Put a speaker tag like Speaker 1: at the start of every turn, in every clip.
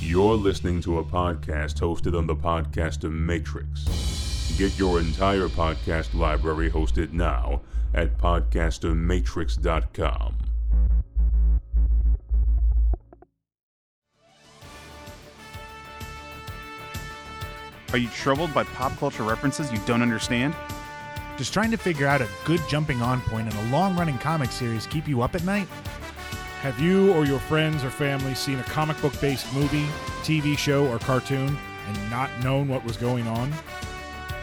Speaker 1: You're listening to a podcast hosted on the Podcaster Matrix. Get your entire podcast library hosted now at podcastermatrix.com.
Speaker 2: Are you troubled by pop culture references you don't understand?
Speaker 3: Does trying to figure out a good jumping on point in a long running comic series keep you up at night?
Speaker 4: Have you or your friends or family seen a comic book based movie, TV show, or cartoon and not known what was going on?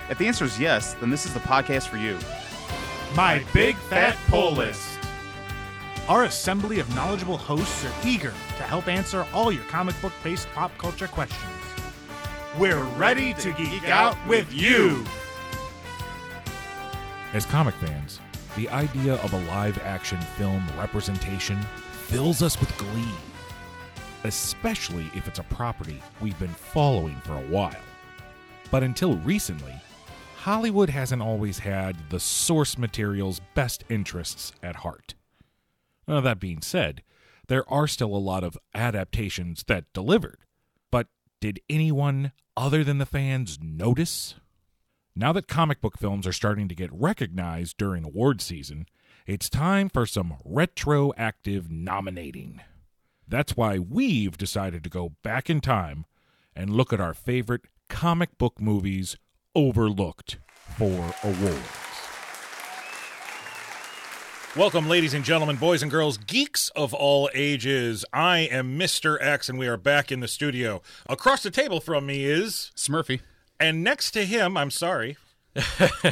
Speaker 2: If the answer is yes, then this is the podcast for you.
Speaker 3: My Big Fat Pull List! Our assembly of knowledgeable hosts are eager to help answer all your comic book based pop culture questions. We're ready to geek out with you!
Speaker 5: As comic fans, the idea of a live action film representation fills us with glee, especially if it's a property we've been following for a while. But until recently, Hollywood hasn't always had the source material's best interests at heart. Now, that being said, there are still a lot of adaptations that delivered. But did anyone other than the fans notice? Now that comic book films are starting to get recognized during award season, it's time for some retroactive nominating. That's why we've decided to go back in time and look at our favorite comic book movies overlooked for awards. Welcome, ladies and gentlemen, boys and girls, geeks of all ages. I am Mr. X, and we are back in the studio. Across the table from me is.
Speaker 2: Smurfy.
Speaker 5: And next to him, I'm sorry.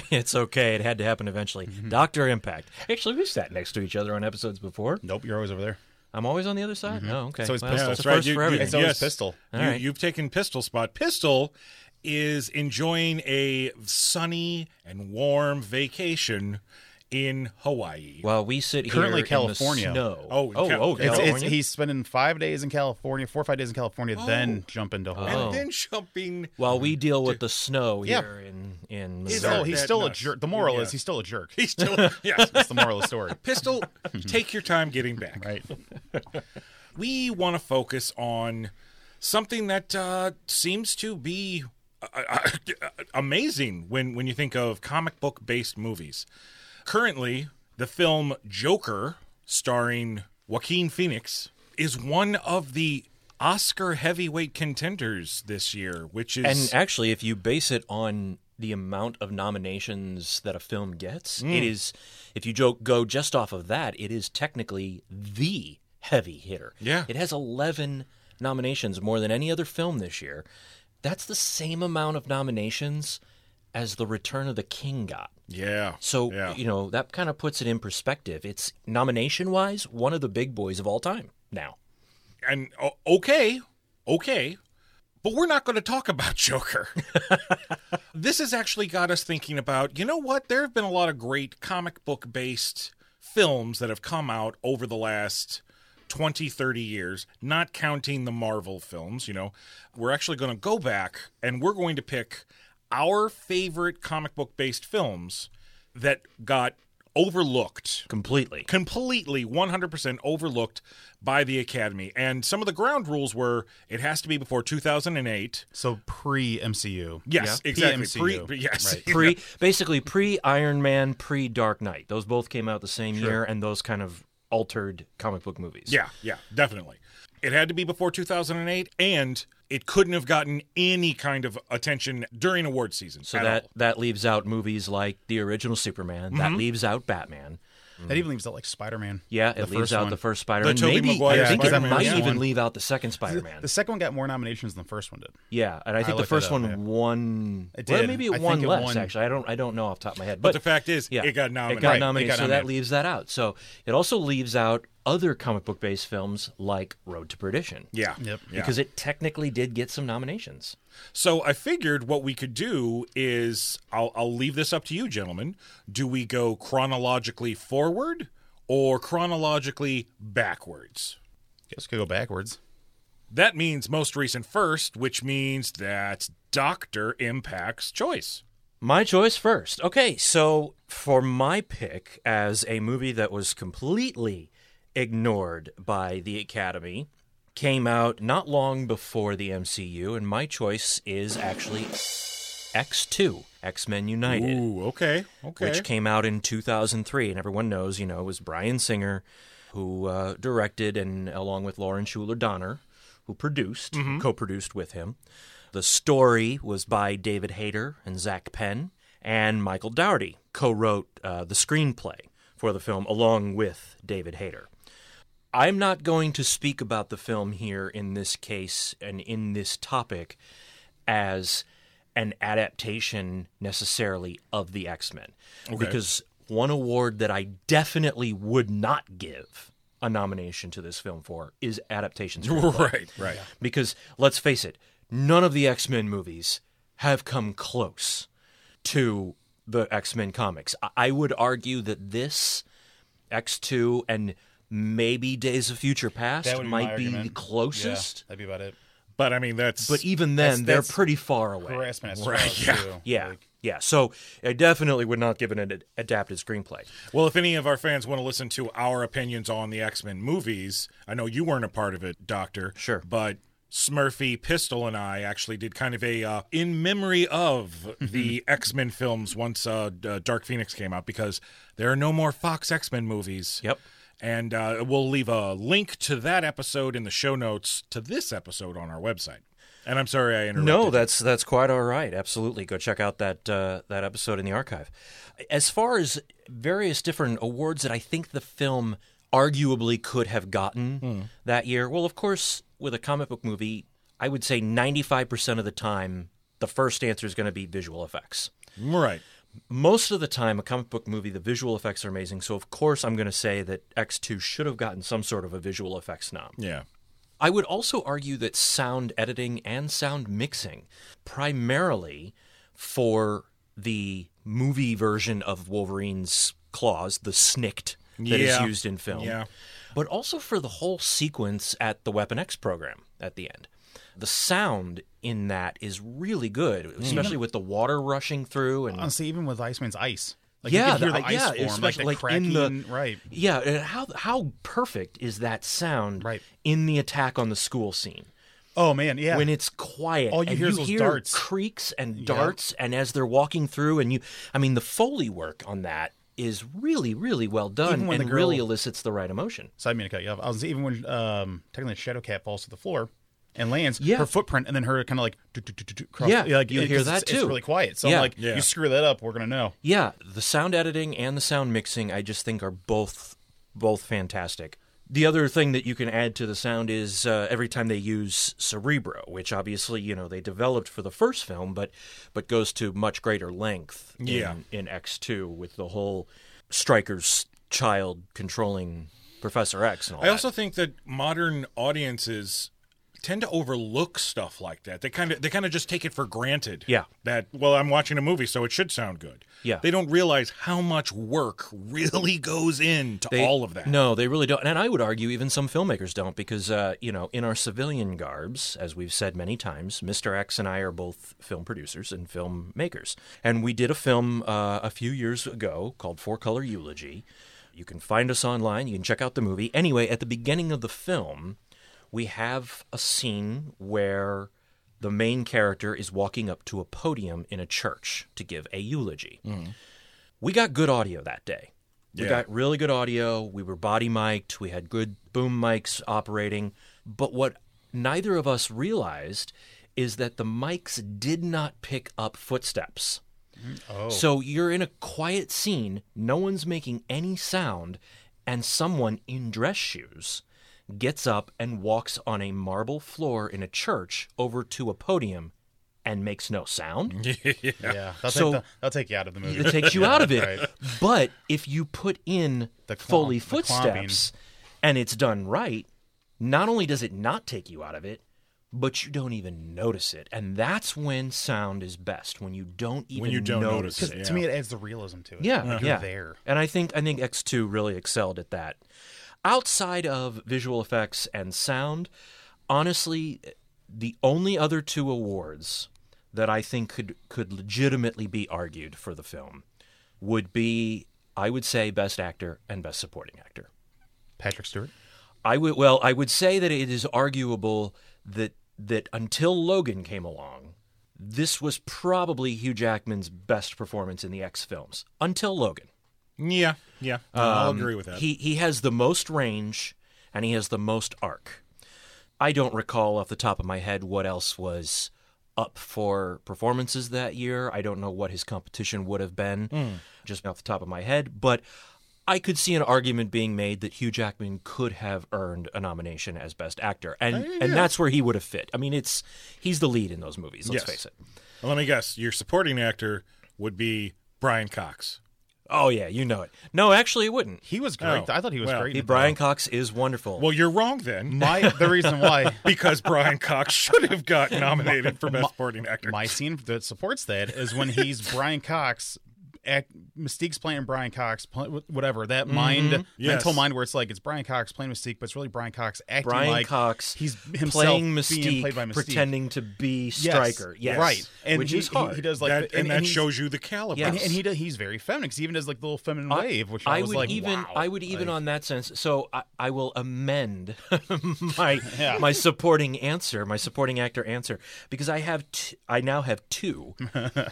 Speaker 6: it's okay. It had to happen eventually.
Speaker 7: Mm-hmm.
Speaker 6: Doctor Impact. Actually, we sat next to each other on episodes before.
Speaker 7: Nope, you're always over there.
Speaker 6: I'm always on the other side. Oh,
Speaker 7: Mm-hmm.
Speaker 6: okay.
Speaker 7: So it's
Speaker 6: well,
Speaker 7: Pistol.
Speaker 6: it's
Speaker 7: That's
Speaker 6: a
Speaker 7: right.
Speaker 6: first
Speaker 5: You-
Speaker 6: for
Speaker 5: you-
Speaker 6: everything.
Speaker 7: It's always Pistol.
Speaker 6: All
Speaker 5: You,
Speaker 6: right.
Speaker 5: You've taken Pistol spot. Pistol is enjoying a sunny and warm vacation in Hawaii.
Speaker 6: While we sit here
Speaker 7: Currently
Speaker 6: in the
Speaker 7: California.
Speaker 6: snow.
Speaker 5: Oh, in
Speaker 6: oh,
Speaker 5: Cal-
Speaker 6: oh,
Speaker 5: it's-
Speaker 7: It's,
Speaker 6: California.
Speaker 7: it's, he's spending five days in California, four or five days in California, then jump into Hawaii.
Speaker 6: Oh.
Speaker 5: And then jumping.
Speaker 6: While we deal with the snow
Speaker 7: Yeah.
Speaker 6: here in in
Speaker 5: Is
Speaker 6: Missouri.
Speaker 7: So he's
Speaker 5: that
Speaker 7: still
Speaker 5: nuts?
Speaker 7: a jerk. The moral
Speaker 5: Yeah.
Speaker 7: is he's still a jerk.
Speaker 5: He's still yes.
Speaker 7: That's the moral of the story.
Speaker 5: Pistol, take your time getting back.
Speaker 7: Right.
Speaker 5: we want to focus on something that uh, seems to be uh, uh, amazing when, when you think of comic book based movies. Currently, the film Joker, starring Joaquin Phoenix, is one of the Oscar heavyweight contenders this year, which is
Speaker 6: And actually, if you base it on the amount of nominations that a film gets,
Speaker 5: Hmm.
Speaker 6: it is, if you joke, go just off of that, it is technically the heavy hitter.
Speaker 5: Yeah.
Speaker 6: It has 11 nominations more than any other film this year. That's the same amount of nominations as The Return of the King got.
Speaker 5: yeah,
Speaker 6: So,
Speaker 5: yeah.
Speaker 6: you know, that kind of puts it in perspective. It's nomination wise, one of the big boys of all time now.
Speaker 5: and o- okay, okay, but we're not going to talk about Joker. this has actually got us thinking about, you know what? There have been a lot of great comic book based films that have come out over the last 20, 30 years, not counting the Marvel films, you know. We're actually going to go back and we're going to pick our favorite comic book based films that got overlooked
Speaker 6: Completely.
Speaker 5: completely 100% overlooked by the academy and some of the ground rules were it has to be before 2008
Speaker 7: So pre MCU.
Speaker 5: yes exactly
Speaker 7: PMCU.
Speaker 5: Pre- yes
Speaker 7: Right.
Speaker 6: pre basically pre Iron Man, pre Dark Knight. Those both came out the same year, and those kind of altered comic book movies.
Speaker 5: yeah yeah definitely it had to be before 2008 and it couldn't have gotten any kind of attention during award season
Speaker 6: So
Speaker 5: at
Speaker 6: that
Speaker 5: all.
Speaker 6: that leaves out movies like the original Superman. That leaves out Batman.
Speaker 7: That even leaves out like Spider Man.
Speaker 6: Yeah, it leaves out the first Spider-Man.
Speaker 5: The Tobey
Speaker 6: Maybe
Speaker 5: Maguire
Speaker 6: I think it
Speaker 5: Spider-Man,
Speaker 6: might
Speaker 5: yeah.
Speaker 6: even
Speaker 7: one.
Speaker 6: leave out the second Spider-Man.
Speaker 7: The second one got more nominations than the first one did.
Speaker 6: yeah, and I think the
Speaker 7: looked it
Speaker 6: first
Speaker 7: up,
Speaker 6: one
Speaker 7: yeah.
Speaker 6: won.
Speaker 7: It
Speaker 6: Well,
Speaker 7: did. I
Speaker 6: maybe it
Speaker 7: think
Speaker 6: won
Speaker 7: it
Speaker 6: less.
Speaker 7: won.
Speaker 6: Actually, I don't. I don't know off the top of my head.
Speaker 5: but
Speaker 6: But,
Speaker 5: the fact is
Speaker 6: yeah,
Speaker 5: it got
Speaker 6: It
Speaker 5: nominated
Speaker 6: got
Speaker 7: Right, it
Speaker 6: nominated.
Speaker 7: got
Speaker 6: so that
Speaker 7: nominated.
Speaker 6: leaves that out. So it also leaves out other comic book based films like Road to Perdition.
Speaker 5: yeah
Speaker 7: Yep.
Speaker 5: yeah.
Speaker 6: because it technically did get some nominations.
Speaker 5: So I figured what we could do is I'll, I'll leave this up to you, gentlemen. Do we go chronologically forward or chronologically backwards?
Speaker 7: Guess we could go backwards.
Speaker 5: That means most recent first, which means that's Dr. Impact's choice.
Speaker 6: My choice first. Okay, so for my pick as a movie that was completely ignored by the Academy, came out not long before the MCU, and my choice is actually X2, X Men United,
Speaker 8: Ooh, okay, okay.
Speaker 6: which came out in 2003. And everyone knows, you know, it was Brian Singer who uh, directed, and along with Lauren Schuler Donner, who produced, co produced with him. The story was by David Hayter and Zach Penn, and Michael Dougherty co wrote uh, the screenplay for the film along with David Hayter. I'm not going to speak about the film here in this case and in this topic as an adaptation necessarily of the X Men. Because one award that I definitely would not give a nomination to this film for is adaptations.
Speaker 8: right, right.
Speaker 6: Because let's face it, none of the X Men movies have come close to the X Men comics. I- I would argue that this X2 and maybe Days of Future Past
Speaker 7: That would be my
Speaker 6: might be the
Speaker 7: argument.
Speaker 6: closest.
Speaker 7: That'd be about it.
Speaker 8: But I mean, that's
Speaker 6: But even then,
Speaker 7: That's-
Speaker 6: they're
Speaker 7: that's
Speaker 6: pretty far away.
Speaker 7: Harassment as
Speaker 8: Right, yeah.
Speaker 7: well, too.
Speaker 6: Yeah.
Speaker 7: Like,
Speaker 6: yeah. So I definitely would not give it an ad- adapted screenplay.
Speaker 8: well, if any
Speaker 5: Any of our fans want to listen to our opinions on the X Men movies, I know you weren't a part of it, Doctor.
Speaker 6: Sure.
Speaker 5: But Smurfy Pistol and I actually did kind of a uh, in memory of the X Men films once uh, D- uh, Dark Phoenix came out because there are no more Fox X Men movies.
Speaker 6: Yep.
Speaker 5: And uh, we'll leave a link to that episode in the show notes to this episode on our website. And I'm sorry I interrupted.
Speaker 6: No, that's that's quite all right. Absolutely, go check out that uh, that episode in the archive. As far as various different awards that I think the film arguably could have gotten that year, well, of course, with a comic book movie, I would say ninety five percent of the time, the first answer is going to be visual effects.
Speaker 5: Right.
Speaker 6: Most of the time, a comic book movie, the visual effects are amazing. So, of course, I'm going to say that X two should have gotten some sort of a visual effects nom.
Speaker 5: Yeah.
Speaker 6: I would also argue that sound editing and sound mixing, primarily for the movie version of Wolverine's claws, the snicked that is
Speaker 5: Yeah.
Speaker 6: used in film,
Speaker 5: Yeah.
Speaker 6: but also for the whole sequence at the Weapon X program at the end. The sound in that is really good,
Speaker 5: Mm.
Speaker 6: especially with the water rushing through and
Speaker 7: Honestly, even with Iceman's ice. Like
Speaker 6: yeah,
Speaker 7: you can hear the,
Speaker 6: the-
Speaker 7: ice
Speaker 6: yeah,
Speaker 7: form, like the
Speaker 6: especially like in
Speaker 7: cracking.
Speaker 6: the-
Speaker 7: right.
Speaker 6: Yeah, and how how perfect is that sound
Speaker 7: Right.
Speaker 6: in the attack on the school scene?
Speaker 7: Oh man, yeah.
Speaker 6: when it's quiet.
Speaker 7: All you
Speaker 6: and
Speaker 7: hear is those darts.
Speaker 6: creaks and darts, and as they're walking through, and you, I mean, the foley work on that is really, really well done,
Speaker 7: Even when
Speaker 6: and
Speaker 7: the girl-
Speaker 6: really elicits the right emotion.
Speaker 7: so I mean to cut you off. I was even when um technically Shadow Cat falls to the floor and lands,
Speaker 6: Yeah.
Speaker 7: her footprint and then her kind of like do, do, do, do, do, cross,
Speaker 6: Yeah,
Speaker 7: like
Speaker 6: you
Speaker 7: it-
Speaker 6: hear
Speaker 7: 'cause
Speaker 6: that
Speaker 7: it's, It's
Speaker 6: too.
Speaker 7: really quiet. So
Speaker 6: Yeah.
Speaker 7: I'm like, you screw that up, we're gonna know.
Speaker 6: Yeah, the sound editing and the sound mixing, I just think are both both fantastic. The other thing that you can add to the sound is uh, every time they use Cerebro, which obviously you know they developed for the first film, but but goes to much greater length in,
Speaker 5: Yeah.
Speaker 6: in X two with the whole Striker's child controlling Professor X and all
Speaker 5: I
Speaker 6: that.
Speaker 5: also think that modern audiences tend to overlook stuff like that. They kind of they kind of just take it for granted.
Speaker 6: Yeah.
Speaker 5: That well, I'm watching a movie, so it should sound good.
Speaker 6: Yeah.
Speaker 5: They don't realize how much work really goes into
Speaker 6: They-
Speaker 5: all of that.
Speaker 6: No, they really don't. And I would argue even some filmmakers don't because, uh, you know, in our civilian garbs, as we've said many times, Mr. X and I are both film producers and filmmakers. And we did a film uh, a few years ago called Four Color Eulogy. You can find us online. You can check out the movie. Anyway, at the beginning of the film, we have a scene where the main character is walking up to a podium in a church to give a eulogy. We got good audio that day. We got really good audio. We were body mic'd. We had good boom mics operating. But what neither of us realized is that the mics did not pick up footsteps. So you're in a quiet scene, no one's making any sound, and someone in dress shoes gets up and walks on a marble floor in a church over to a podium and makes no sound.
Speaker 7: Yeah. That'll,
Speaker 6: So-
Speaker 7: take the, that'll take you out of the movie.
Speaker 6: It takes you out of it.
Speaker 7: Right.
Speaker 6: But if you put in
Speaker 7: The clomp-
Speaker 6: Foley
Speaker 7: the
Speaker 6: footsteps and it's done right, not only does it not take you out of it, but you don't even notice it. And that's when sound is best, when you don't even
Speaker 5: you don't notice
Speaker 7: Because
Speaker 5: it,
Speaker 7: to me it adds the realism to it.
Speaker 6: yeah,
Speaker 7: Like,
Speaker 6: yeah.
Speaker 7: You're there.
Speaker 6: And I think I think X2 really excelled at that. Outside of visual effects and sound, honestly, the only other two awards that I think could could legitimately be argued for the film would be I would say best actor and best supporting actor.
Speaker 7: Patrick Stewart.
Speaker 6: I would well, I would say that it is arguable that that until Logan came along, this was probably Hugh Jackman's best performance in the X films. Until Logan.
Speaker 5: Yeah, yeah.
Speaker 7: Um,
Speaker 5: I'll agree with that.
Speaker 6: He he has the most range and he has the most arc. I don't recall off the top of my head what else was up for performances that year. I don't know what his competition would have been
Speaker 5: Hmm.
Speaker 6: just off the top of my head, but I could see an argument being made that Hugh Jackman could have earned a nomination as best actor. And
Speaker 5: Uh,
Speaker 6: and that's where he would have fit. I mean, it's he's the lead in those movies, let's
Speaker 5: Yes.
Speaker 6: face it.
Speaker 5: Let me guess. Your supporting actor would be Brian Cox.
Speaker 6: Oh yeah, you know it. No, actually it wouldn't.
Speaker 7: He was great.
Speaker 5: Oh,
Speaker 7: I thought he was
Speaker 5: well,
Speaker 7: great. in it.
Speaker 6: Brian Cox is wonderful.
Speaker 5: Well, you're wrong then,
Speaker 7: my the reason why
Speaker 5: because Brian Cox should have got nominated for Best Supporting Actor.
Speaker 7: my scene that supports that is when he's Brian Cox. Act, Mystique's playing Brian Cox, pl- whatever that
Speaker 6: Mm-hmm.
Speaker 7: mind,
Speaker 5: Yes.
Speaker 7: mental mind, where it's like it's Brian Cox playing Mystique, but it's really Brian Cox acting
Speaker 6: Brian
Speaker 7: like
Speaker 6: Cox.
Speaker 7: He's himself
Speaker 6: playing Mystique,
Speaker 7: being played by Mystique,
Speaker 6: pretending to be
Speaker 7: Yes.
Speaker 6: Striker. Yes,
Speaker 7: right, and
Speaker 6: which
Speaker 7: he,
Speaker 6: is
Speaker 7: he-
Speaker 6: hard.
Speaker 7: He, does like,
Speaker 5: That-
Speaker 7: the-
Speaker 5: and, that
Speaker 7: he's-
Speaker 5: shows you the caliber.
Speaker 6: Yeah.
Speaker 7: and, and he does, he's very feminine. 'cause he even does like the little feminine
Speaker 6: I-
Speaker 7: wave, which
Speaker 6: I,
Speaker 7: I, was
Speaker 6: would
Speaker 7: like,
Speaker 6: even,
Speaker 7: wow.
Speaker 6: I would even
Speaker 7: Like,
Speaker 6: on that sense. So I, I will amend my my supporting answer, my supporting actor answer, because I have t- I now have two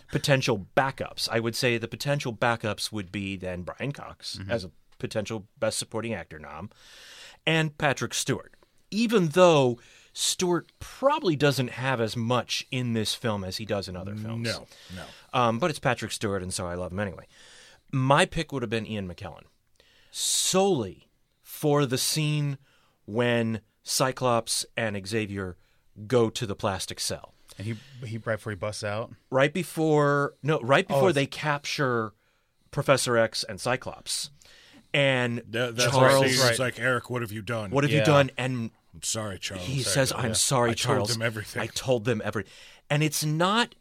Speaker 6: potential backups. I would say the potential backups would be then Brian Cox as a potential best supporting actor nom, and Patrick Stewart. Even though Stewart probably doesn't have as much in this film as he does in other films. No, no. Um, but it's Patrick Stewart, and so I love him anyway. My pick would have been Ian McKellen solely for the scene when Cyclops and Xavier go to the plastic cell.
Speaker 7: and he he right before he busts out.
Speaker 6: Right before no, right before they capture Professor X and Cyclops. And
Speaker 5: That- that's
Speaker 6: Charles
Speaker 5: right. He's like, Eric, what have you done?
Speaker 6: what have you
Speaker 7: Yeah.
Speaker 6: done? And
Speaker 5: I'm sorry, Charles.
Speaker 6: he says, "I'm sorry,
Speaker 5: I told
Speaker 6: Charles.
Speaker 5: them everything."
Speaker 6: I told them everything." And it's not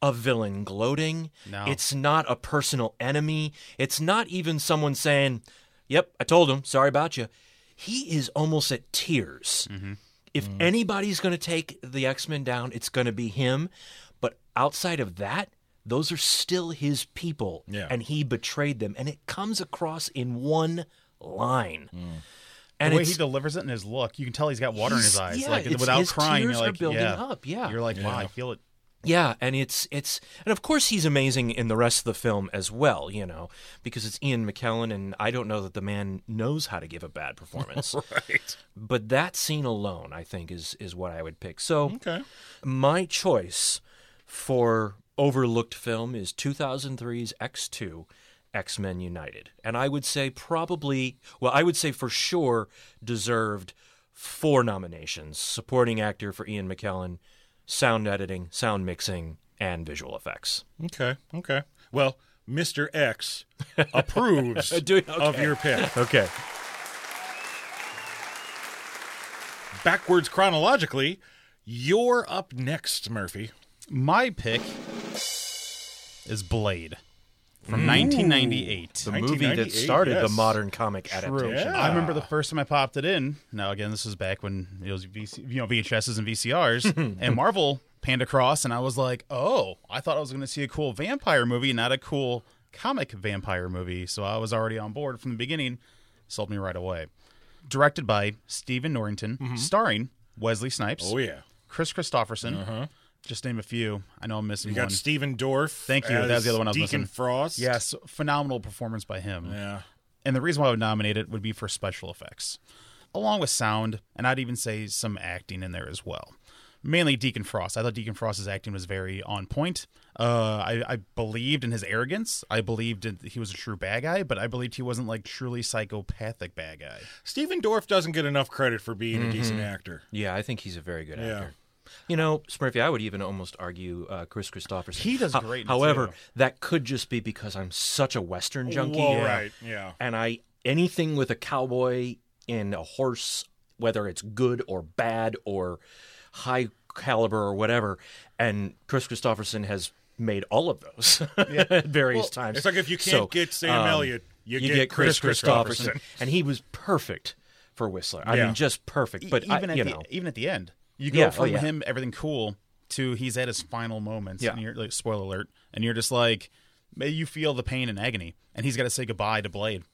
Speaker 6: a villain gloating.
Speaker 7: No.
Speaker 6: It's not a personal enemy. It's not even someone saying, "Yep, I told him. Sorry about you." He is almost at tears.
Speaker 5: Mm-hmm.
Speaker 6: If
Speaker 5: Mm.
Speaker 6: anybody's going to take the X Men down, it's going to be him. But outside of that, those are still his people,
Speaker 5: Yeah.
Speaker 6: and he betrayed them, and it comes across in one line.
Speaker 5: Mm.
Speaker 6: And
Speaker 7: the way
Speaker 6: it's,
Speaker 7: he delivers it and his look, you can tell he's got water in
Speaker 6: He's-
Speaker 7: his eyes.
Speaker 6: yeah,
Speaker 7: like
Speaker 6: it's-
Speaker 7: without
Speaker 6: his
Speaker 7: crying,
Speaker 6: tears
Speaker 7: you're
Speaker 6: are
Speaker 7: like,
Speaker 6: building
Speaker 7: yeah.
Speaker 6: up, yeah.
Speaker 7: You're like, wow, I feel it.
Speaker 6: Yeah, and it's it's and of course he's amazing in the rest of the film as well, you know, because it's Ian McKellen and I don't know that the man knows how to give a bad performance.
Speaker 5: right.
Speaker 6: But that scene alone, I think is is what I would pick. So
Speaker 5: Okay.
Speaker 6: my choice for overlooked film is 2003's X2 X Men United. And I would say probably, well, I would say for sure deserved four nominations supporting actor for Ian McKellen, sound editing, sound mixing, and visual effects.
Speaker 5: Okay. Okay. Well, Mr. X approves
Speaker 6: Do-
Speaker 5: of
Speaker 6: okay.
Speaker 5: your pick.
Speaker 6: Okay.
Speaker 5: Backwards chronologically, you're up next, Murphy.
Speaker 7: My pick is Blade from 1998.
Speaker 6: The movie that
Speaker 5: 1998,
Speaker 6: started the
Speaker 5: yes.
Speaker 6: modern comic adaptation.
Speaker 5: Yeah.
Speaker 7: I remember the first time I popped it in. Now again, this is back when it was VC, you know VHSs and VCRs, and Marvel panned across, and I was like, oh, I thought I was going to see a cool vampire movie, not a cool comic vampire movie. So I was already on board from the beginning. Sold me right away. Directed by Stephen Norrington, starring Wesley Snipes,
Speaker 5: Mm-hmm. Oh yeah. Uh-huh.
Speaker 7: Chris Christopherson, just name a few. I know I'm missing
Speaker 5: You
Speaker 7: one.
Speaker 5: got Stephen Dorff.
Speaker 7: Thank you.
Speaker 5: as
Speaker 7: That was the other one I was
Speaker 5: Deacon
Speaker 7: missing.
Speaker 5: Frost.
Speaker 7: yes, phenomenal performance by him.
Speaker 5: Yeah.
Speaker 7: and the reason why I would nominate it would be for special effects, along with sound, and I'd even say some acting in there as well. Mainly Deacon Frost. I thought Deacon Frost's acting was very on point. Uh, I, I believed in his arrogance. I believed in, he was a true bad guy, but I believed he wasn't like truly psychopathic bad guy.
Speaker 5: Stephen Dorff doesn't get enough credit for being a decent actor.
Speaker 6: Yeah, I think he's a very good
Speaker 5: Yeah.
Speaker 6: actor. You know, Smurfy, I would even almost argue uh, Chris Christopherson.
Speaker 7: He does
Speaker 6: Ho-
Speaker 7: great in it,
Speaker 6: However,
Speaker 7: too.
Speaker 6: that could just be because I'm such a Western junkie,
Speaker 5: Well, right. Yeah.
Speaker 6: and I anything with a cowboy and a horse, whether it's good or bad or high caliber or whatever, and Chris Christopherson has made all of those at various times.
Speaker 5: It's like if you can't
Speaker 6: So,
Speaker 5: get Sam
Speaker 6: um,
Speaker 5: Elliott, you,
Speaker 6: you get Chris Christopherson, and he was perfect for Whistler. I
Speaker 5: Yeah.
Speaker 6: mean, just perfect. But
Speaker 7: E even
Speaker 6: I,
Speaker 7: at
Speaker 6: you
Speaker 7: the
Speaker 6: know,
Speaker 7: even at the end, you go
Speaker 6: Yeah, oh,
Speaker 7: from
Speaker 6: yeah.
Speaker 7: him everything cool to he's at his final moments.
Speaker 6: Yeah.
Speaker 7: And you're like spoiler alert, and you're just like, may you feel the pain and agony, and he's got to say goodbye to Blade.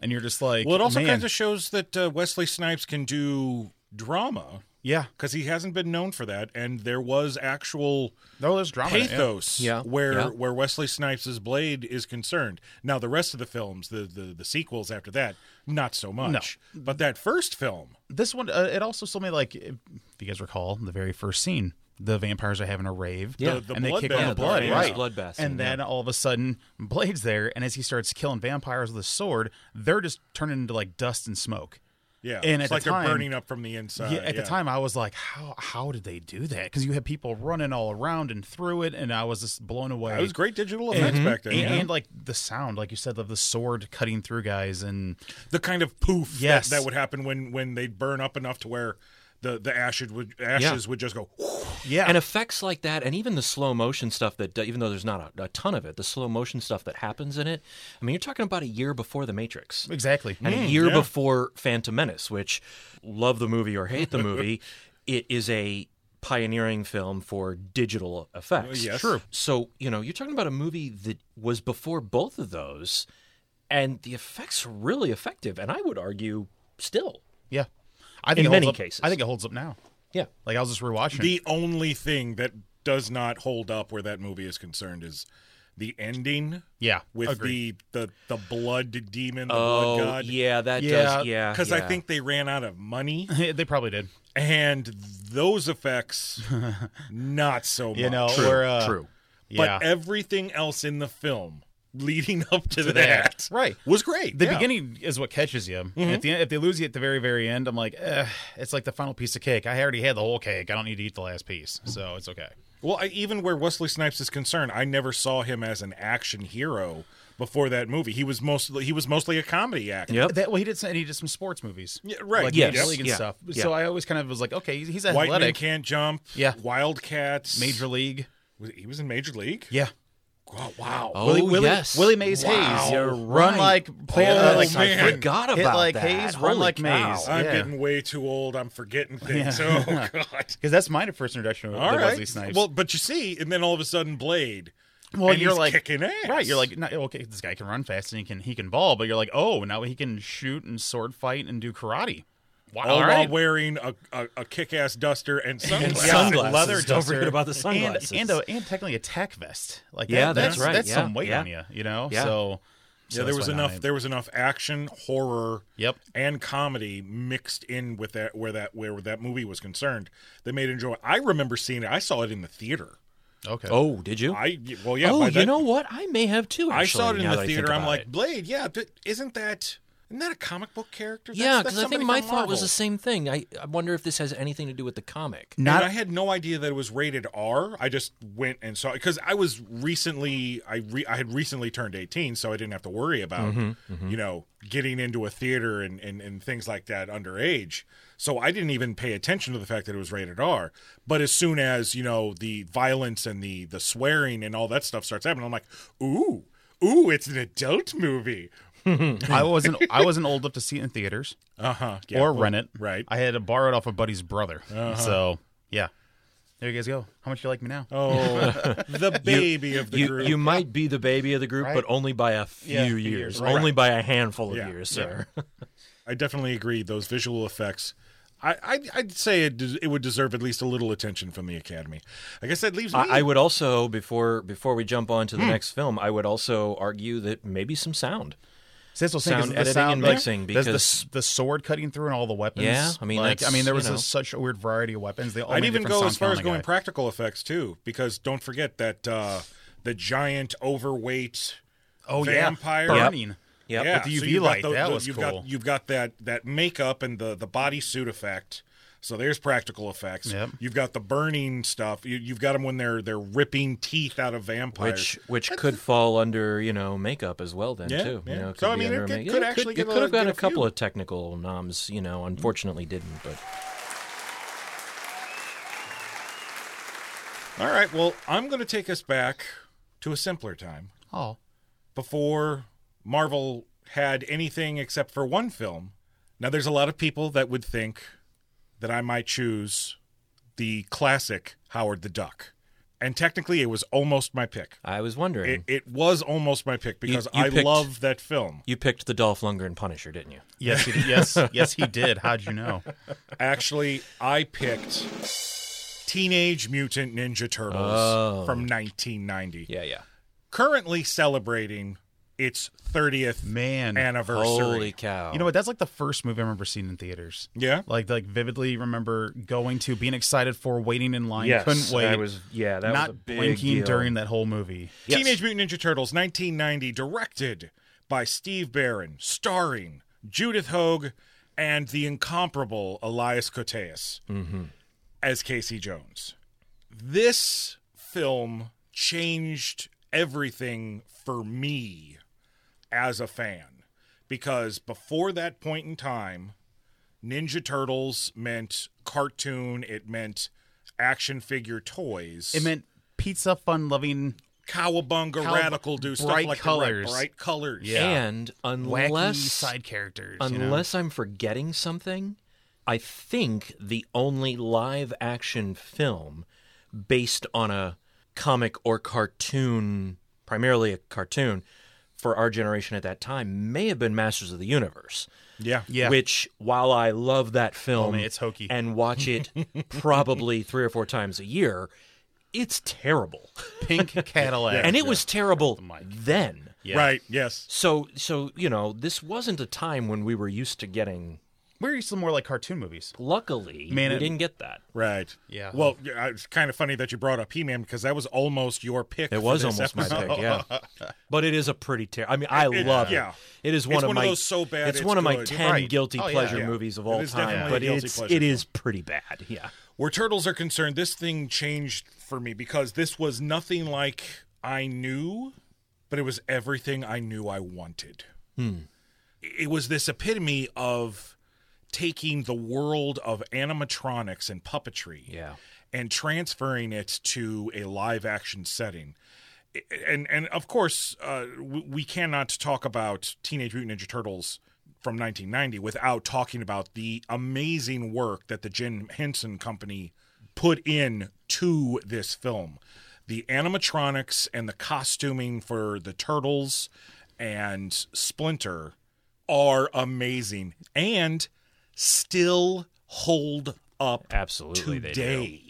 Speaker 7: and you're just like,
Speaker 5: Well, it also
Speaker 7: man,
Speaker 5: kind of shows that uh, Wesley Snipes can do drama
Speaker 7: yeah,
Speaker 5: because he hasn't been known for that, and there was actual
Speaker 7: no, there's drama. in it, yeah.
Speaker 5: pathos
Speaker 6: Yeah.
Speaker 5: where
Speaker 6: Yeah.
Speaker 5: where Wesley Snipes' Blade is concerned. Now the rest of the films, the the, the sequels after that, not so much. But that first film,
Speaker 7: This one, uh, it also sold me like, if you guys recall, the very first scene, the vampires are having a rave,
Speaker 6: Yeah.
Speaker 5: The- the
Speaker 7: and they
Speaker 5: blood
Speaker 7: kick
Speaker 5: bath.
Speaker 7: on
Speaker 5: Yeah,
Speaker 7: the
Speaker 5: the
Speaker 7: blood,
Speaker 5: famous
Speaker 7: right?
Speaker 6: bloodbath scene,
Speaker 7: and then all of a sudden, Blade's there, and as he starts killing vampires with a sword, they're just turning into like dust and smoke.
Speaker 5: yeah,
Speaker 7: And
Speaker 5: it's
Speaker 7: at
Speaker 5: like
Speaker 7: the time-
Speaker 5: they're burning up from the inside.
Speaker 7: yeah, at the time I was like, how how did they do that? Because you had people running all around and through it, and I was just blown away. Mm-hmm.
Speaker 5: it was great digital effects back then.
Speaker 7: And,
Speaker 5: yeah.
Speaker 7: and, like the sound, like you said, of the sword cutting through guys, and
Speaker 5: the kind of poof that-
Speaker 7: Yes.
Speaker 5: that, would happen when when they burn up enough to where the the ashes would ashes would just go
Speaker 7: yeah,
Speaker 6: And effects like that, and even the slow motion stuff that, even though there's not a, a ton of it, the slow motion stuff that happens in it. I mean, you're talking about a year before The
Speaker 5: Mm,
Speaker 6: Matrix.
Speaker 7: exactly.
Speaker 6: and a year before Phantom Menace, which love the movie or hate the movie, it is a pioneering film for digital effects.
Speaker 5: Oh, Yes. True.
Speaker 6: So, you know, you're talking about a movie that was before both of those and the effects were really effective and I would argue still.
Speaker 7: yeah, I think
Speaker 6: In
Speaker 7: it holds
Speaker 6: many
Speaker 7: up-
Speaker 6: cases.
Speaker 7: I think it holds up now.
Speaker 6: Yeah.
Speaker 7: Like I was just rewatching. it.
Speaker 5: the only thing that does not hold up where that movie is concerned is the ending
Speaker 7: Yeah,
Speaker 5: with
Speaker 7: agreed.
Speaker 5: the the the blood demon the blood
Speaker 6: Oh,
Speaker 5: god
Speaker 6: yeah, that
Speaker 7: Yeah,
Speaker 6: does yeah.
Speaker 5: because I
Speaker 6: yeah.
Speaker 5: think they ran out of money
Speaker 7: they probably did.
Speaker 5: and those effects not so much
Speaker 7: You know, where, uh,
Speaker 6: true.
Speaker 7: Yeah.
Speaker 5: but everything else in the film leading up to, that,
Speaker 7: Right.
Speaker 5: was great
Speaker 7: the
Speaker 5: yeah.
Speaker 7: beginning is what catches you.
Speaker 6: Mm-hmm.
Speaker 7: And At the end, if they lose you at the very, very end, I'm like, eh, it's like the final piece of cake. I already had the whole cake. I don't need to eat the last piece, so it's okay.
Speaker 5: Well, I, even where Wesley Snipes is concerned, I never saw him as an action hero before that movie. He was mostly he was mostly a comedy actor.
Speaker 6: Yep.
Speaker 7: Uh, That well, he did. Some, and he did some sports movies,
Speaker 5: Yeah, right.
Speaker 7: Like
Speaker 6: Yes.
Speaker 7: Major League and
Speaker 6: Yeah.
Speaker 7: stuff.
Speaker 6: Yeah.
Speaker 7: So I always kind of was like, okay, he's, he's
Speaker 5: White Man
Speaker 7: athletic.
Speaker 5: Can't Jump.
Speaker 7: Yeah.
Speaker 5: Wildcats.
Speaker 7: Major League.
Speaker 5: Was- He was in Major League.
Speaker 7: Yeah.
Speaker 5: Oh, wow.
Speaker 6: Oh,
Speaker 7: Willie, Willie,
Speaker 6: yes.
Speaker 7: Willie Mays
Speaker 6: Wow.
Speaker 7: Hayes.
Speaker 6: You're
Speaker 7: Run
Speaker 6: right.
Speaker 7: like play
Speaker 5: Oh,
Speaker 7: uh, like
Speaker 5: man.
Speaker 6: I forgot about
Speaker 7: hit like
Speaker 6: that.
Speaker 7: Hayes, run
Speaker 6: Holy
Speaker 7: like
Speaker 6: cow.
Speaker 7: Mays.
Speaker 5: I'm
Speaker 7: yeah.
Speaker 5: getting way too old. I'm forgetting things. Oh God.
Speaker 7: because that's my first introduction to
Speaker 5: All
Speaker 7: to
Speaker 5: right.
Speaker 7: Wesley Snipes.
Speaker 5: Well, but you see, and then all of a sudden, Blade.
Speaker 7: Well,
Speaker 5: And
Speaker 7: you're
Speaker 5: he's
Speaker 7: like
Speaker 5: kicking ass.
Speaker 7: right? You're like, not, okay, this guy can run fast and he can he can ball, but you're like, oh, now he can shoot and sword fight and do karate. Oh, Wow,
Speaker 5: All,
Speaker 7: all
Speaker 5: while
Speaker 7: right.
Speaker 5: wearing a, a, a kick-ass duster and sunglasses.
Speaker 6: sunglasses.
Speaker 7: leather
Speaker 6: Don't
Speaker 7: duster.
Speaker 6: forget about the
Speaker 7: and
Speaker 6: sunglasses.
Speaker 7: and, a, and technically a tack vest. Like that-
Speaker 6: Yeah, that's right,
Speaker 7: That's
Speaker 6: yeah,
Speaker 7: some weight
Speaker 6: yeah.
Speaker 7: on you, you know.
Speaker 6: Yeah.
Speaker 7: So, so
Speaker 5: Yeah, there
Speaker 7: that's
Speaker 5: was
Speaker 7: why
Speaker 5: enough.
Speaker 7: I-
Speaker 5: There was enough action, horror,
Speaker 7: Yep.
Speaker 5: and comedy mixed in with that where that where that movie was concerned. That made it enjoy. I remember seeing it. I saw it in the theater.
Speaker 7: okay.
Speaker 6: Oh, did you?
Speaker 5: I well, yeah.
Speaker 6: oh,
Speaker 5: by
Speaker 6: you
Speaker 5: that-
Speaker 6: know what? I may have too.
Speaker 5: I saw it
Speaker 6: actually,
Speaker 5: in
Speaker 6: now
Speaker 5: the
Speaker 6: that I think
Speaker 5: theater. I'm
Speaker 6: about
Speaker 5: like
Speaker 6: it.
Speaker 5: Blade. Yeah, th- isn't that isn't that a comic book character? That's-
Speaker 6: yeah,
Speaker 5: that's
Speaker 6: because I think
Speaker 5: somebody
Speaker 6: my
Speaker 5: from
Speaker 6: thought was
Speaker 5: Marvel.
Speaker 6: the same thing. I, I wonder if this has anything to do with the comic.
Speaker 5: and I had no idea that it was rated R. I just went and saw it because I was recently I re, I had recently turned 18, so I didn't have to worry about
Speaker 6: Mm-hmm,
Speaker 5: you know getting into a theater and, and and things like that underage. So I didn't even pay attention to the fact that it was rated R. But as soon as you know the violence and the the swearing and all that stuff starts happening, I'm like, ooh, ooh, it's an adult movie.
Speaker 7: I wasn't I wasn't old enough to see it in theaters
Speaker 5: Uh huh.
Speaker 7: or rent it.
Speaker 5: right.
Speaker 7: I had to borrow it off a buddy's brother. So yeah, there you guys go. How much do you like me now?
Speaker 5: Oh, the baby of the
Speaker 6: you,
Speaker 5: group.
Speaker 6: you might be the baby of the group, but only by a few
Speaker 7: Yeah,
Speaker 6: years,
Speaker 7: few years, right.
Speaker 6: only by a handful of
Speaker 5: Yeah,
Speaker 6: years, sir.
Speaker 5: I definitely agree. Those visual effects, I, I I'd say it des- it would deserve at least a little attention from the Academy. I guess that leaves me.
Speaker 6: I, I would also before before we jump on to the next film, I would also argue that maybe some sound.
Speaker 7: See, that's what I'm
Speaker 6: Sound
Speaker 7: saying, 'cause the
Speaker 6: editing
Speaker 7: sound,
Speaker 6: and
Speaker 7: like,
Speaker 6: mixing,
Speaker 7: there's the,
Speaker 6: because-
Speaker 7: the sword cutting through and all the weapons.
Speaker 6: Yeah, I mean,
Speaker 7: like, I
Speaker 6: that's,
Speaker 7: mean, there was
Speaker 6: you know.
Speaker 7: a, such a weird variety of weapons. They all
Speaker 5: I'd
Speaker 7: made
Speaker 5: even
Speaker 7: different
Speaker 5: go as
Speaker 7: sound
Speaker 5: far as
Speaker 7: filming
Speaker 5: going
Speaker 7: guy.
Speaker 5: practical effects too, because don't forget that uh, the giant overweight.
Speaker 7: Oh
Speaker 5: vampire.
Speaker 7: yeah, burning.
Speaker 6: Yep.
Speaker 5: Yeah,
Speaker 7: with the
Speaker 5: so
Speaker 7: UV
Speaker 5: you've got
Speaker 7: light,
Speaker 5: the-
Speaker 7: that
Speaker 5: the-
Speaker 7: was
Speaker 5: you've
Speaker 7: cool.
Speaker 5: Got, you've got that that makeup and the the bodysuit effect. So there's practical effects.
Speaker 7: Yep.
Speaker 5: You've got the burning stuff. You, you've got them when they're they're ripping teeth out of vampires.
Speaker 6: Which which could fall under you know makeup as well then
Speaker 5: Yeah,
Speaker 6: too.
Speaker 5: yeah.
Speaker 6: You know, it
Speaker 5: So,
Speaker 6: could
Speaker 5: I
Speaker 6: be
Speaker 5: mean,
Speaker 6: under
Speaker 5: it
Speaker 6: a
Speaker 5: could-
Speaker 6: make-
Speaker 5: could
Speaker 6: it
Speaker 5: actually
Speaker 6: it
Speaker 5: get a-
Speaker 6: could have got
Speaker 5: get
Speaker 6: a,
Speaker 5: a few.
Speaker 6: couple of technical noms. You
Speaker 5: Mm-hmm.
Speaker 6: know, unfortunately didn't. But
Speaker 5: All right. Well, I'm going to take us back to a simpler time.
Speaker 7: Oh,
Speaker 5: before Marvel had anything except for one film. Now, there's a lot of people that would think that I might choose the classic Howard the Duck, and technically, it was almost my pick.
Speaker 6: I was wondering.
Speaker 5: It, it was almost my pick because
Speaker 6: you
Speaker 5: I
Speaker 6: picked-
Speaker 5: love that film.
Speaker 6: you picked the Dolph Lundgren Punisher, didn't you?
Speaker 7: Yes, he, yes, yes, he did. How'd you know?
Speaker 5: Actually, I picked Teenage Mutant Ninja Turtles
Speaker 6: Oh.
Speaker 5: from 1990.
Speaker 6: Yeah, yeah.
Speaker 5: Currently celebrating its 30th
Speaker 7: Man,
Speaker 5: anniversary.
Speaker 6: Holy cow!
Speaker 7: you know what? That's like the first movie I remember seeing in theaters.
Speaker 5: Yeah.
Speaker 7: Like, like vividly remember going to, being excited for, waiting in line,
Speaker 6: Yes,
Speaker 7: couldn't wait.
Speaker 6: I was. Yeah, that
Speaker 7: not
Speaker 6: was a big
Speaker 7: blinking
Speaker 6: deal.
Speaker 7: during that whole movie.
Speaker 6: Yes.
Speaker 5: Teenage Mutant Ninja Turtles 1990 directed by Steve Barron, starring Judith Hogue and the incomparable Elias Koteas as Casey Jones. This film changed everything for me as a fan because before that point in time, Ninja Turtles meant cartoon, it meant action figure toys.
Speaker 7: It meant pizza, fun loving.
Speaker 5: cowabunga
Speaker 7: Cow-
Speaker 5: radical do stuff
Speaker 7: bright
Speaker 5: like that,
Speaker 7: colors.
Speaker 5: right? bright colors.
Speaker 6: And
Speaker 7: Wacky
Speaker 6: unless
Speaker 7: side characters, you know?
Speaker 6: unless I'm forgetting something, I think the only live action film based on a comic or cartoon, primarily a cartoon, for our generation at that time may have been Masters of the Universe.
Speaker 5: yeah.
Speaker 7: Yeah.
Speaker 6: Which, while I love that film,
Speaker 7: man, it's hokey.
Speaker 6: and watch it probably three or four times a year, it's terrible,
Speaker 7: pink Cadillac,
Speaker 6: and it was terrible then.
Speaker 5: Right. Yes.
Speaker 6: So, so you know, this wasn't a time when we were used to getting.
Speaker 7: We're used to more like cartoon movies.
Speaker 6: Luckily,
Speaker 7: Man,
Speaker 6: we
Speaker 7: it-
Speaker 6: didn't get that.
Speaker 5: Right.
Speaker 7: Yeah.
Speaker 5: Well, yeah, it's kind of funny that you brought up He-Man because that was almost your pick.
Speaker 6: It
Speaker 5: for
Speaker 6: was
Speaker 5: this
Speaker 6: almost my
Speaker 5: episode.
Speaker 6: pick, yeah. But it is a pretty terrible. I mean, I
Speaker 5: It-
Speaker 6: love it.
Speaker 5: yeah.
Speaker 6: It is one
Speaker 5: It's
Speaker 6: of
Speaker 5: one of
Speaker 6: my
Speaker 5: those so bad
Speaker 6: it's
Speaker 5: it's
Speaker 6: one of my
Speaker 5: good.
Speaker 6: ten
Speaker 7: Right.
Speaker 6: guilty
Speaker 7: Oh, yeah.
Speaker 6: pleasure
Speaker 7: Yeah.
Speaker 6: movies of
Speaker 5: It
Speaker 6: all
Speaker 5: is definitely
Speaker 6: time.
Speaker 5: a
Speaker 6: But
Speaker 5: guilty
Speaker 6: it's
Speaker 5: pleasure
Speaker 6: it is pretty bad. Yeah.
Speaker 5: Where turtles are concerned, this thing changed for me because this was nothing like I knew, but it was everything I knew I wanted.
Speaker 6: Hmm.
Speaker 5: It was this epitome of taking the world of animatronics and puppetry.
Speaker 6: Yeah.
Speaker 5: and transferring it to a live action setting. And and of course, uh, we we cannot talk about Teenage Mutant Ninja Turtles from 1990 without talking about the amazing work that the Jim Henson Company put in to this film. The animatronics and the costuming for the turtles and Splinter are amazing and still hold up
Speaker 6: Absolutely they do.
Speaker 5: today.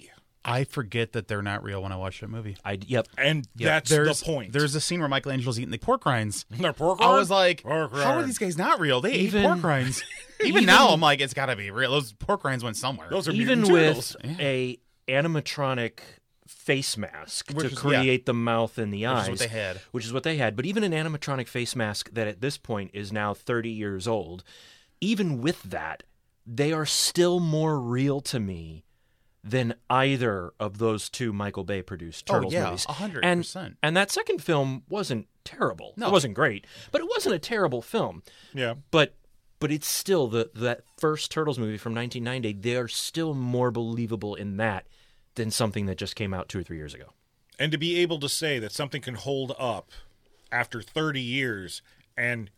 Speaker 7: I forget that they're not real when I watch that movie.
Speaker 6: I yep.
Speaker 5: And that's the point.
Speaker 7: There's a scene where Michelangelo's eating the pork rinds.
Speaker 5: Their pork
Speaker 7: I was
Speaker 5: rind?
Speaker 7: like,
Speaker 5: Pork
Speaker 7: how are
Speaker 5: rind.
Speaker 7: these guys not real? They
Speaker 6: Even-
Speaker 7: ate pork rinds. even, now, I'm like, it's got to be real. Those pork rinds went somewhere.
Speaker 5: those are
Speaker 6: Even
Speaker 5: mutant turtles.
Speaker 6: with a animatronic face mask
Speaker 7: Which
Speaker 6: to
Speaker 7: is-
Speaker 6: create the mouth and the
Speaker 7: Which
Speaker 6: eyes.
Speaker 7: is what they had.
Speaker 6: Which is what they had. But even an animatronic face mask that at this point is now 30 years old, even with that, they are still more real to me than either of those two Michael Bay produced
Speaker 7: Oh,
Speaker 6: Turtles
Speaker 7: yeah,
Speaker 6: movies.
Speaker 7: a hundred
Speaker 6: And-
Speaker 7: percent.
Speaker 6: And that second film wasn't terrible.
Speaker 7: No.
Speaker 6: It wasn't great, but it wasn't a terrible film
Speaker 5: yeah.
Speaker 6: but but it's still the that first Turtles movie from 1990. They are still more believable in that than something that just came out two or three years ago.
Speaker 5: And to be able to say that something can hold up after 30 years and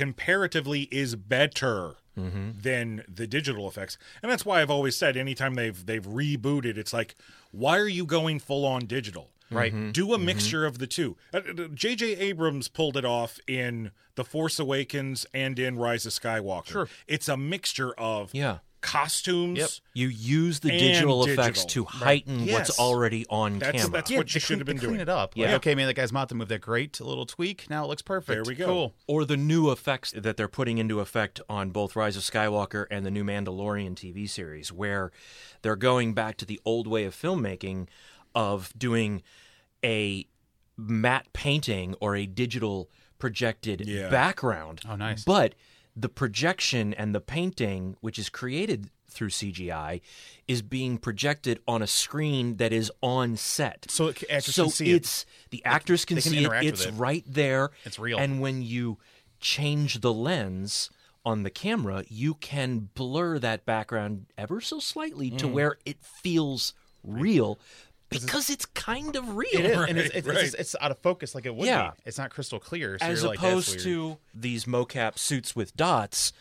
Speaker 5: comparatively is better
Speaker 7: Mm-hmm.
Speaker 5: than the digital effects. And that's why I've always said anytime they've they've rebooted it's like why are you going full on digital? Mm-hmm.
Speaker 7: Right. Mm-hmm.
Speaker 5: Do a mixture of the two. Uh, uh, J.J. Abrams pulled it off in The Force Awakens and in Rise of Skywalker. Sure. It's a mixture of
Speaker 6: Yeah.
Speaker 5: costumes,
Speaker 6: You use the
Speaker 5: And
Speaker 6: digital, effects to
Speaker 5: digital,
Speaker 6: heighten
Speaker 5: Yes.
Speaker 6: what's already on
Speaker 5: That's-
Speaker 6: camera.
Speaker 5: that's-
Speaker 7: yeah,
Speaker 5: what you
Speaker 7: they
Speaker 5: should
Speaker 7: clean-
Speaker 5: have been
Speaker 7: they clean
Speaker 5: doing.
Speaker 7: it up. Like,
Speaker 6: Yeah.
Speaker 7: okay, man, that guy's mouth moved that great. A little tweak. Now it looks perfect.
Speaker 5: There we go.
Speaker 7: Cool.
Speaker 6: or the new effects that they're putting into effect on both Rise of Skywalker and the new Mandalorian TV series, where they're going back to the old way of filmmaking of doing a matte painting or a digital projected
Speaker 5: Yeah.
Speaker 6: background.
Speaker 7: Oh, nice.
Speaker 6: But the projection and the painting, which is created through CGI, is being projected on a screen that is on set.
Speaker 7: So it c- actors
Speaker 6: So
Speaker 7: can see it.
Speaker 6: it's the actors can,
Speaker 7: they can
Speaker 6: see it.
Speaker 7: interact with
Speaker 6: It's
Speaker 7: it.
Speaker 6: right there.
Speaker 7: It's real.
Speaker 6: And when you change the lens on the camera, you can blur that background ever so slightly
Speaker 7: Mm.
Speaker 6: to where it feels real because it's kind of real.
Speaker 7: It is, and it's, it's,
Speaker 5: Right,
Speaker 7: it's, it's out of focus like it would
Speaker 6: Yeah.
Speaker 7: be. It's not crystal clear. So
Speaker 6: As
Speaker 7: you're like,
Speaker 6: opposed
Speaker 7: That's weird.
Speaker 6: to these mocap suits with dots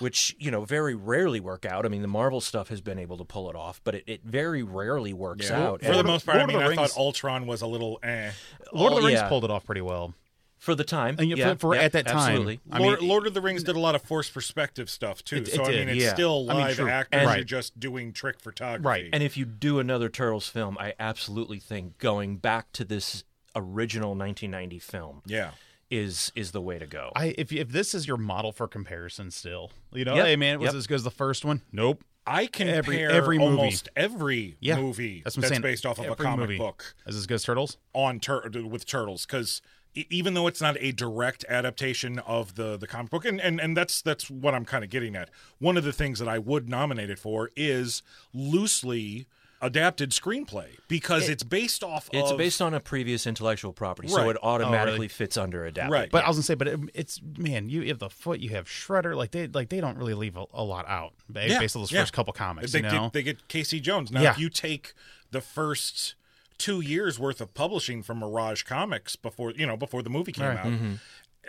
Speaker 6: which you know very rarely work out. I mean, the Marvel stuff has been able to pull it off, but it, it very rarely works out.
Speaker 5: For the most part, I
Speaker 7: Lord of
Speaker 5: mean,
Speaker 7: the
Speaker 5: I
Speaker 7: Rings-
Speaker 5: thought Ultron was a little eh.
Speaker 7: Lord of the
Speaker 6: Oh,
Speaker 7: Rings
Speaker 6: yeah.
Speaker 7: pulled it off pretty well.
Speaker 6: for the time,
Speaker 7: And yet
Speaker 6: yeah,
Speaker 7: for, for
Speaker 6: yeah,
Speaker 7: at that time,
Speaker 6: absolutely.
Speaker 7: I mean,
Speaker 5: Lord, Lord of the Rings did a lot of forced perspective stuff too.
Speaker 7: It- it
Speaker 5: so I
Speaker 7: did,
Speaker 5: mean, it's
Speaker 6: yeah.
Speaker 5: still
Speaker 7: I mean,
Speaker 5: live
Speaker 7: true.
Speaker 5: actors.
Speaker 6: And-
Speaker 5: you're just doing trick photography.
Speaker 7: Right.
Speaker 6: And if you do another Turtles film, I absolutely think going back to this original 1990 film
Speaker 5: yeah.
Speaker 6: is is the way to go.
Speaker 7: I if if this is your model for comparison, still, you know,
Speaker 6: Yep,
Speaker 7: hey man, it was
Speaker 6: yep.
Speaker 7: as good as the first one. Nope.
Speaker 5: I compare
Speaker 7: Every- every movie.
Speaker 5: almost every
Speaker 7: Yeah,
Speaker 5: movie
Speaker 7: that's
Speaker 5: that's,
Speaker 7: what I'm saying.
Speaker 5: based off of a
Speaker 7: Every
Speaker 5: comic
Speaker 7: movie.
Speaker 5: book
Speaker 7: Is as good as Turtles.
Speaker 5: on tur- with turtles because even though it's not a direct adaptation of the the comic book and, and and that's that's what I'm kind of getting at. One of the things that I would nominate it for is loosely adapted screenplay because it's based off
Speaker 6: it's
Speaker 5: of
Speaker 6: based on a previous intellectual property, so
Speaker 5: Right.
Speaker 6: it
Speaker 7: Oh,
Speaker 6: automatically fits under adapted.
Speaker 5: right
Speaker 7: But I was gonna say, but it, it's man, you have the foot, you have Shredder, like they like they don't really leave a, a lot out ba-
Speaker 5: Yeah,
Speaker 7: based on those
Speaker 5: yeah.
Speaker 7: first couple comics,
Speaker 5: they,
Speaker 7: you know.
Speaker 5: get, they get Casey Jones. Now,
Speaker 7: Yeah.
Speaker 5: if you take the first two years worth of publishing from Mirage Comics before you know before the movie came out,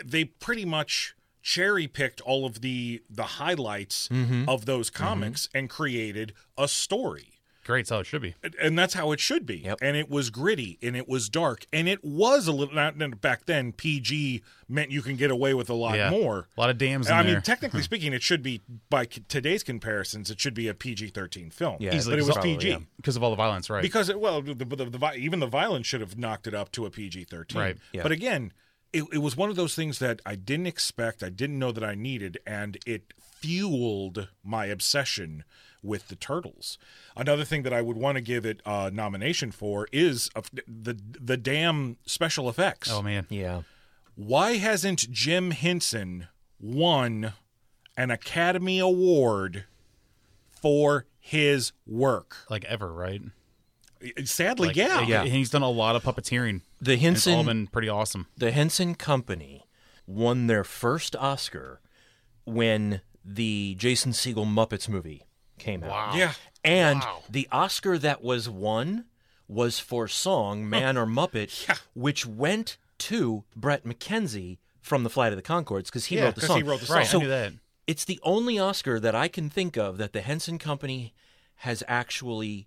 Speaker 5: they pretty much cherry picked all of the the highlights of those comics and created a story.
Speaker 7: Great, so it should be.
Speaker 5: And- And that's how it should be.
Speaker 6: Yep.
Speaker 5: And it was gritty and it was dark and it was a little. Not, not- back then, PG meant you can get away with a lot
Speaker 7: yeah,
Speaker 5: more.
Speaker 7: A lot of dams. In
Speaker 5: I
Speaker 7: there. Hmm.
Speaker 5: mean, technically speaking, it should be by c- today's comparisons, it should be a PG-13 film.
Speaker 6: Yeah,
Speaker 7: Easily,
Speaker 5: but it was
Speaker 7: probably,
Speaker 5: PG
Speaker 7: yeah, because of all the violence, right?
Speaker 5: because it, well, the, the, the, vi- even the violence should have knocked it up to a PG-13.
Speaker 7: Right,
Speaker 6: yeah.
Speaker 5: But again, it, it was one of those things that I didn't expect, I didn't know that I needed, and it fueled my obsession with the turtles. Another thing that I would want to give it a nomination for is uh, the the damn special effects
Speaker 7: oh man,
Speaker 6: Yeah.
Speaker 5: why hasn't Jim Henson won an Academy Award for his work?
Speaker 7: like ever, right?
Speaker 5: Sadly,
Speaker 7: Like,
Speaker 5: yeah.
Speaker 7: like,
Speaker 6: Yeah.
Speaker 7: he's done a lot of puppeteering.
Speaker 6: The
Speaker 7: And It's all
Speaker 6: Henson
Speaker 7: been pretty awesome.
Speaker 6: the Henson Company won their first Oscar when the Jason Siegel Muppets movie came out.
Speaker 7: Wow.
Speaker 5: Yeah.
Speaker 6: And the Oscar that was won was for song Man or Muppet, which went to Brett McKenzie from The Flight of the Concords because he
Speaker 7: Yeah,
Speaker 6: wrote the
Speaker 5: 'cause
Speaker 6: song.
Speaker 5: he wrote the
Speaker 7: Right,
Speaker 5: song.
Speaker 7: I
Speaker 6: So
Speaker 7: knew that.
Speaker 6: it's the only Oscar that I can think of that the Henson Company has actually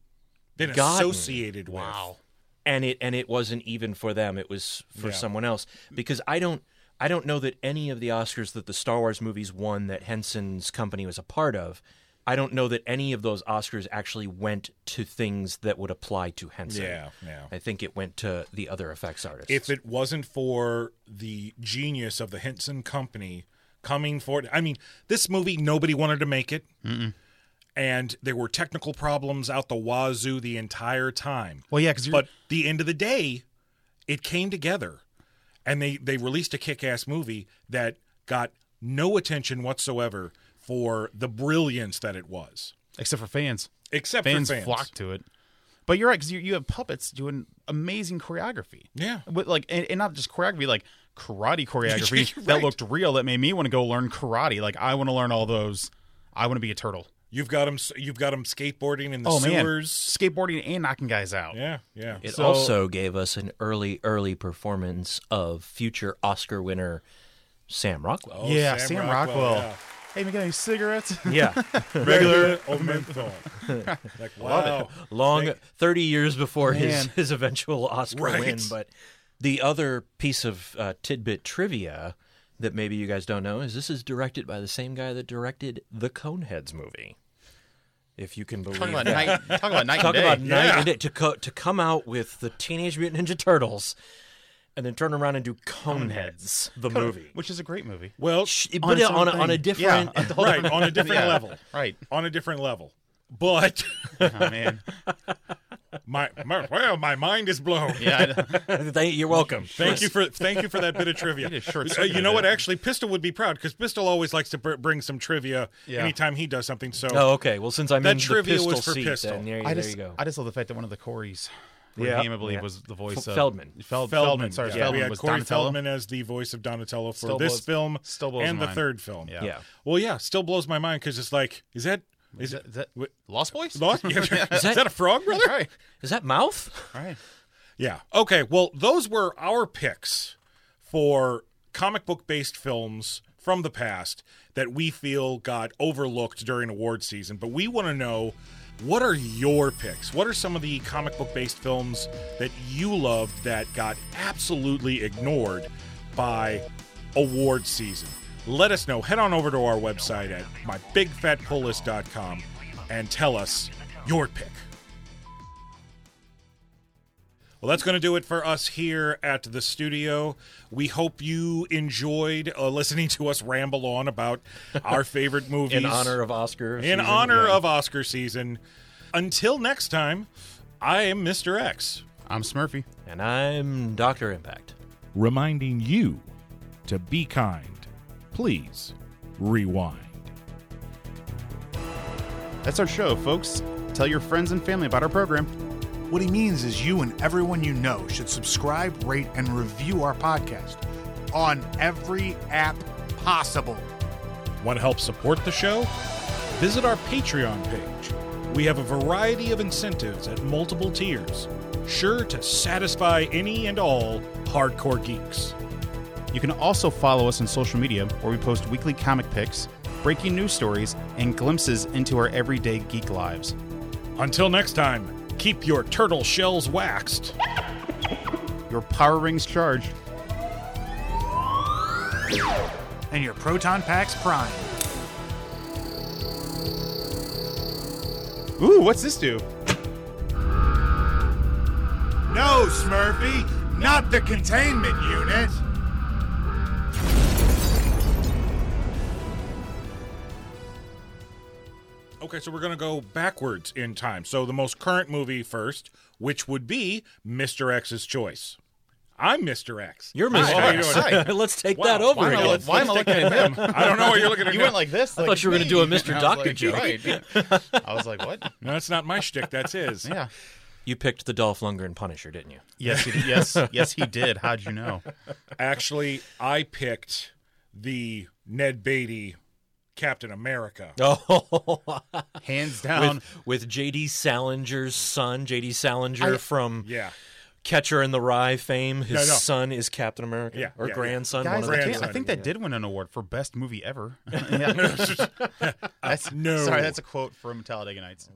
Speaker 5: Been
Speaker 6: gotten-
Speaker 5: associated with. Wow.
Speaker 6: and it and it wasn't even for them it was for someone else because i don't i don't know that any of the oscars that the star wars movies won that henson's company was a part of i don't know that any of those oscars actually went to things that would apply to henson
Speaker 5: Yeah, yeah.
Speaker 6: i think it went to the other effects artists
Speaker 5: If it wasn't for the genius of the Henson Company coming forward, I mean, this movie, nobody wanted to make it. And there were technical problems out the wazoo the entire time.
Speaker 7: Well, yeah, because
Speaker 5: But the end of the day, it came together, and they they released a kick-ass movie that got no attention whatsoever for the brilliance that it was,
Speaker 7: except for fans.
Speaker 5: except
Speaker 7: fans,
Speaker 5: for fans.
Speaker 7: flock to it. But you're right because you, you have puppets doing amazing choreography.
Speaker 5: Yeah.
Speaker 7: with like and, and not just choreography, like karate choreography
Speaker 5: You're
Speaker 7: that
Speaker 5: right.
Speaker 7: looked real. That made me want to go learn karate. Like I want to learn all those. I want to be a turtle.
Speaker 5: You've got them. You've got 'em skateboarding in the
Speaker 7: oh man,
Speaker 5: sewers.
Speaker 7: skateboarding and knocking guys out.
Speaker 5: Yeah, yeah.
Speaker 6: It
Speaker 7: So-
Speaker 6: also gave us an early, early performance of future Oscar winner Sam Rockwell.
Speaker 7: yeah,
Speaker 5: Sam
Speaker 7: Sam, Rockwell.
Speaker 5: Rockwell,
Speaker 7: Hey, man, got any cigarettes?
Speaker 6: Yeah.
Speaker 5: Regular old menthol. Like wow.
Speaker 6: long 30 years before his,
Speaker 7: Man.
Speaker 6: his eventual Oscar
Speaker 5: Right.
Speaker 6: win. But the other piece of uh, tidbit trivia that maybe you guys don't know is this is directed by the same guy that directed the Coneheads movie. If you can believe
Speaker 7: talking about
Speaker 6: that.
Speaker 7: night. Talking about night.
Speaker 6: Talk
Speaker 7: and day.
Speaker 6: about night and day. To, co- to come out with the Teenage Mutant Ninja Turtles and then turn around and do Coneheads, the movie.
Speaker 7: which is a great movie.
Speaker 5: Well,
Speaker 6: Sh- But
Speaker 7: its
Speaker 6: on,
Speaker 7: own
Speaker 6: a, on a
Speaker 7: thing.
Speaker 6: different.
Speaker 7: Yeah, a whole
Speaker 5: right on a different
Speaker 7: Yeah.
Speaker 5: level.
Speaker 7: Right.
Speaker 5: On a different level. But
Speaker 7: Oh, man.
Speaker 5: my, my well, my mind is blown.
Speaker 7: Yeah. I-
Speaker 6: Thank- You're welcome.
Speaker 5: Thank you for thank you for that bit of trivia.
Speaker 7: just short-circuited
Speaker 5: Uh, you know
Speaker 7: it.
Speaker 5: what? Actually, Pistol would be proud because Pistol always likes to br- bring some trivia
Speaker 7: Yeah.
Speaker 5: anytime he does something. So
Speaker 6: Oh, okay. Well, since I'm
Speaker 5: That
Speaker 6: in
Speaker 5: trivia
Speaker 6: the pistol
Speaker 5: was for
Speaker 6: seat,
Speaker 5: pistol.
Speaker 6: then there,
Speaker 7: I
Speaker 6: there
Speaker 7: just,
Speaker 6: you go.
Speaker 7: I just love the fact that one of the Corys,
Speaker 6: Yeah.
Speaker 7: presumably,
Speaker 6: Yeah.
Speaker 7: was the voice
Speaker 6: F-
Speaker 7: of
Speaker 6: Feldman.
Speaker 7: Fel-
Speaker 5: Feldman,
Speaker 7: Feldman, sorry,
Speaker 5: yeah.
Speaker 7: Feldman
Speaker 5: we had
Speaker 7: was
Speaker 5: Corey
Speaker 7: Donatello.
Speaker 5: Feldman as the voice of Donatello for
Speaker 7: Still
Speaker 5: this
Speaker 7: blows-
Speaker 5: film
Speaker 7: still blows
Speaker 5: and the
Speaker 7: mine.
Speaker 5: third film.
Speaker 7: Yeah.
Speaker 6: yeah.
Speaker 5: Well, yeah, still blows my mind because it's like, is that is
Speaker 7: Is
Speaker 5: it
Speaker 7: that,
Speaker 5: Wait.
Speaker 7: Lost Boys?
Speaker 5: lost? is that a frog, brother?
Speaker 7: right.
Speaker 6: Is that mouth?
Speaker 7: Right.
Speaker 5: Yeah. Okay. Well, those were our picks for comic book based films from the past that we feel got overlooked during award season, but we want to know what are your picks? What are some of the comic book based films that you loved that got absolutely ignored by award season? Let us know. Head on over to our website at mybigfatpulllist.com and tell us your pick. Well, that's going to do it for us here at the studio. We hope you enjoyed uh, listening to us ramble on about our favorite movies
Speaker 6: in honor of Oscar.
Speaker 5: in honor of Oscar season. Until next time, I am Mr. X.
Speaker 7: I'm Smurfy.
Speaker 6: And I'm Doctor Impact.
Speaker 3: reminding you to be kind. Please rewind.
Speaker 7: That's our show, folks. Tell your friends and family about our program.
Speaker 9: What he means is you and everyone you know should subscribe, rate, and review our podcast on every app possible.
Speaker 5: Want to help support the show? Visit our Patreon page. We have a variety of incentives at multiple tiers, sure to satisfy any and all hardcore geeks.
Speaker 7: You can also follow us on social media where we post weekly comic picks, breaking news stories, and glimpses into our everyday geek lives.
Speaker 5: Until next time, keep your turtle shells waxed.
Speaker 7: Your power rings charged.
Speaker 9: And your Proton Packs Prime.
Speaker 7: Ooh, what's this do?
Speaker 9: No, Smurfy, not the containment unit.
Speaker 5: Okay, so we're going to go backwards in time. So the most current movie first, which would be Mr. X's choice. I'm Mr. X.
Speaker 6: You're Mr.
Speaker 5: How you
Speaker 6: X.
Speaker 5: doing?
Speaker 6: Let's take that over
Speaker 7: why am I
Speaker 6: again.
Speaker 7: look- why am I looking at him?
Speaker 5: I don't know what you're looking at.
Speaker 7: You
Speaker 5: now.
Speaker 7: went like this.
Speaker 6: I
Speaker 7: like,
Speaker 6: thought you were gonna
Speaker 7: me.
Speaker 6: do a Mr.
Speaker 7: I was
Speaker 6: Doctor
Speaker 7: like,
Speaker 6: joke.
Speaker 7: right. I was like, what?
Speaker 5: no, that's not my shtick. That's his.
Speaker 7: Yeah.
Speaker 6: You picked the Dolph Lundgren Punisher, didn't you?
Speaker 7: Yes, he, yes, yes, he did. How'd you know?
Speaker 5: Actually, I picked the Ned Beatty Captain America.
Speaker 6: Oh,
Speaker 7: Hands
Speaker 5: Um,
Speaker 7: down.
Speaker 6: with, with J.D. Salinger's son, J.D. Salinger from
Speaker 5: Yeah.
Speaker 6: Catcher in the Rye fame. His
Speaker 5: No, no.
Speaker 6: son is Captain America
Speaker 5: Yeah,
Speaker 6: or
Speaker 5: yeah, yeah.
Speaker 6: grandson.
Speaker 7: Guys,
Speaker 6: one
Speaker 7: I,
Speaker 6: of
Speaker 7: can't,
Speaker 6: the
Speaker 7: I think that did win an award for best movie ever. Yeah. that's,
Speaker 5: no.
Speaker 7: Sorry, that's a quote from Talladega Nights.